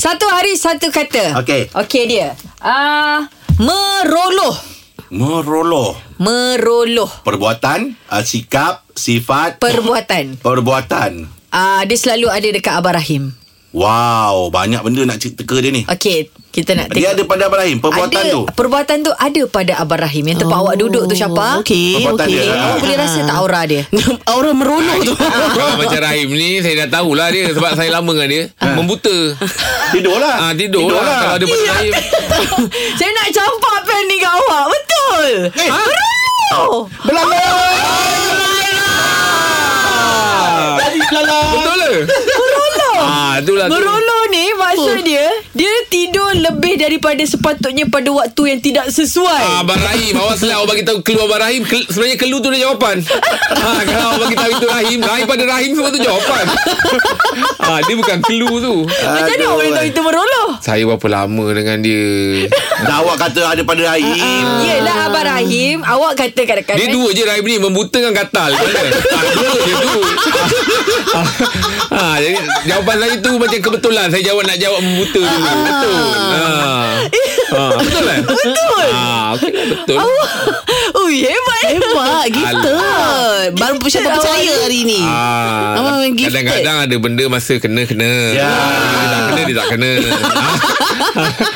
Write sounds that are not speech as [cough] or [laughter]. Satu hari satu kata. Okey. Okey dia. Ah, meroloh. Meroloh. Meroloh. Perbuatan, uh, sikap, sifat, Perbuatan. perbuatan. Ah, dia selalu ada dekat Abah Rahim. Wow, banyak benda nak cerita ke dia ni. Okey, kita nak Dia ada pada Ibrahim perbuatan ada, tu. Perbuatan tu ada pada Abah Rahim yang tempat oh, awak duduk tu Syafa. Okey, Perbuatan okey. dia. Eh, awak boleh rasa tak aura [laughs] dia? Aura meronoh tu. Kalau Ah, macam Rahim ni Saya dah tahulah dia Sebab saya lama dengan dia Membuta Tidurlah. Ah, Tidur lah Kalau ada pada Rahim Saya nak campak pen ni kat awak. Betul. Eh, Oh. belangan. Tadi kalah. Betul lah Meroloh ah, Itulah tu Meroloh ni maksud dia dia tidur lebih daripada sepatutnya pada waktu yang tidak sesuai. Ah, Abang Rahim Awak selah awak bagi tahu Kelu Abang Rahim Kel, Sebenarnya kelu tu dah jawapan ah, Kalau awak bagi tahu itu Rahim Rahim pada Rahim Semua tu jawapan ah, Dia bukan kelu tu Macam mana awak boleh tahu itu meroloh? Saya berapa lama dengan dia Dah awak kata ada Ah, pada Rahim. Yelah Abang Rahim Awak eh. kata kadang-kadang Dia dua je Rahim ni Membuta dengan katal Mana ah, Dua dia tu ah, ah, ah, jadi, Jawapan saya tu Macam kebetulan Saya jawab nak jawab Membuta dulu Betul ah. Ah, Betul kan Betul ah, okay, lah, Betul Oh hebat Hebat, gifted. Baru Syafa percaya hari ni. Ah, Abang memang gifted. kadang-kadang ada benda masa kena kena. Ya. Dia tak kena dia tak kena.